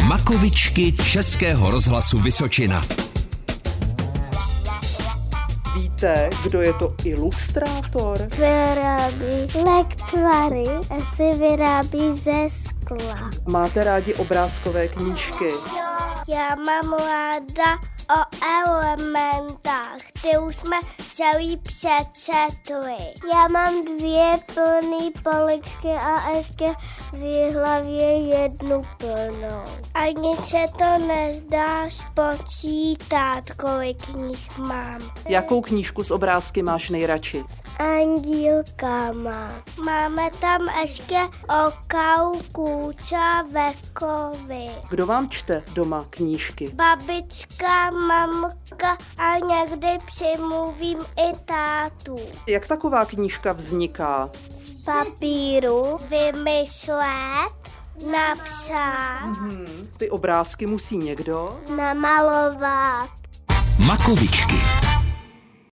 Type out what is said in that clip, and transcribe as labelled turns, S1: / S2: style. S1: Píkovičky Českého rozhlasu Vysočina.
S2: Víte, kdo je to ilustrátor?
S3: Vyrábí lektvary a si vyrábí ze skla.
S2: Máte rádi obrázkové knížky?
S3: Já mám ráda o elementách. Ty už jsme celý přečetli. Já mám dvě plné poličky a ještě v hlavě jednu plnou. Ani se to nezdá spočítat, kolik knih mám.
S2: Jakou knížku s obrázky máš nejradši?
S3: Andílkama. Máme tam ještě okau kůča vekovi.
S2: Kdo vám čte doma knížky?
S3: Babička, mamka a někdy přemluvím i tátu.
S2: Jak taková knížka vzniká?
S3: Z papíru vymyšlet, napsat,
S2: Ty obrázky musí někdo?
S3: namalovat.
S1: Makovičky.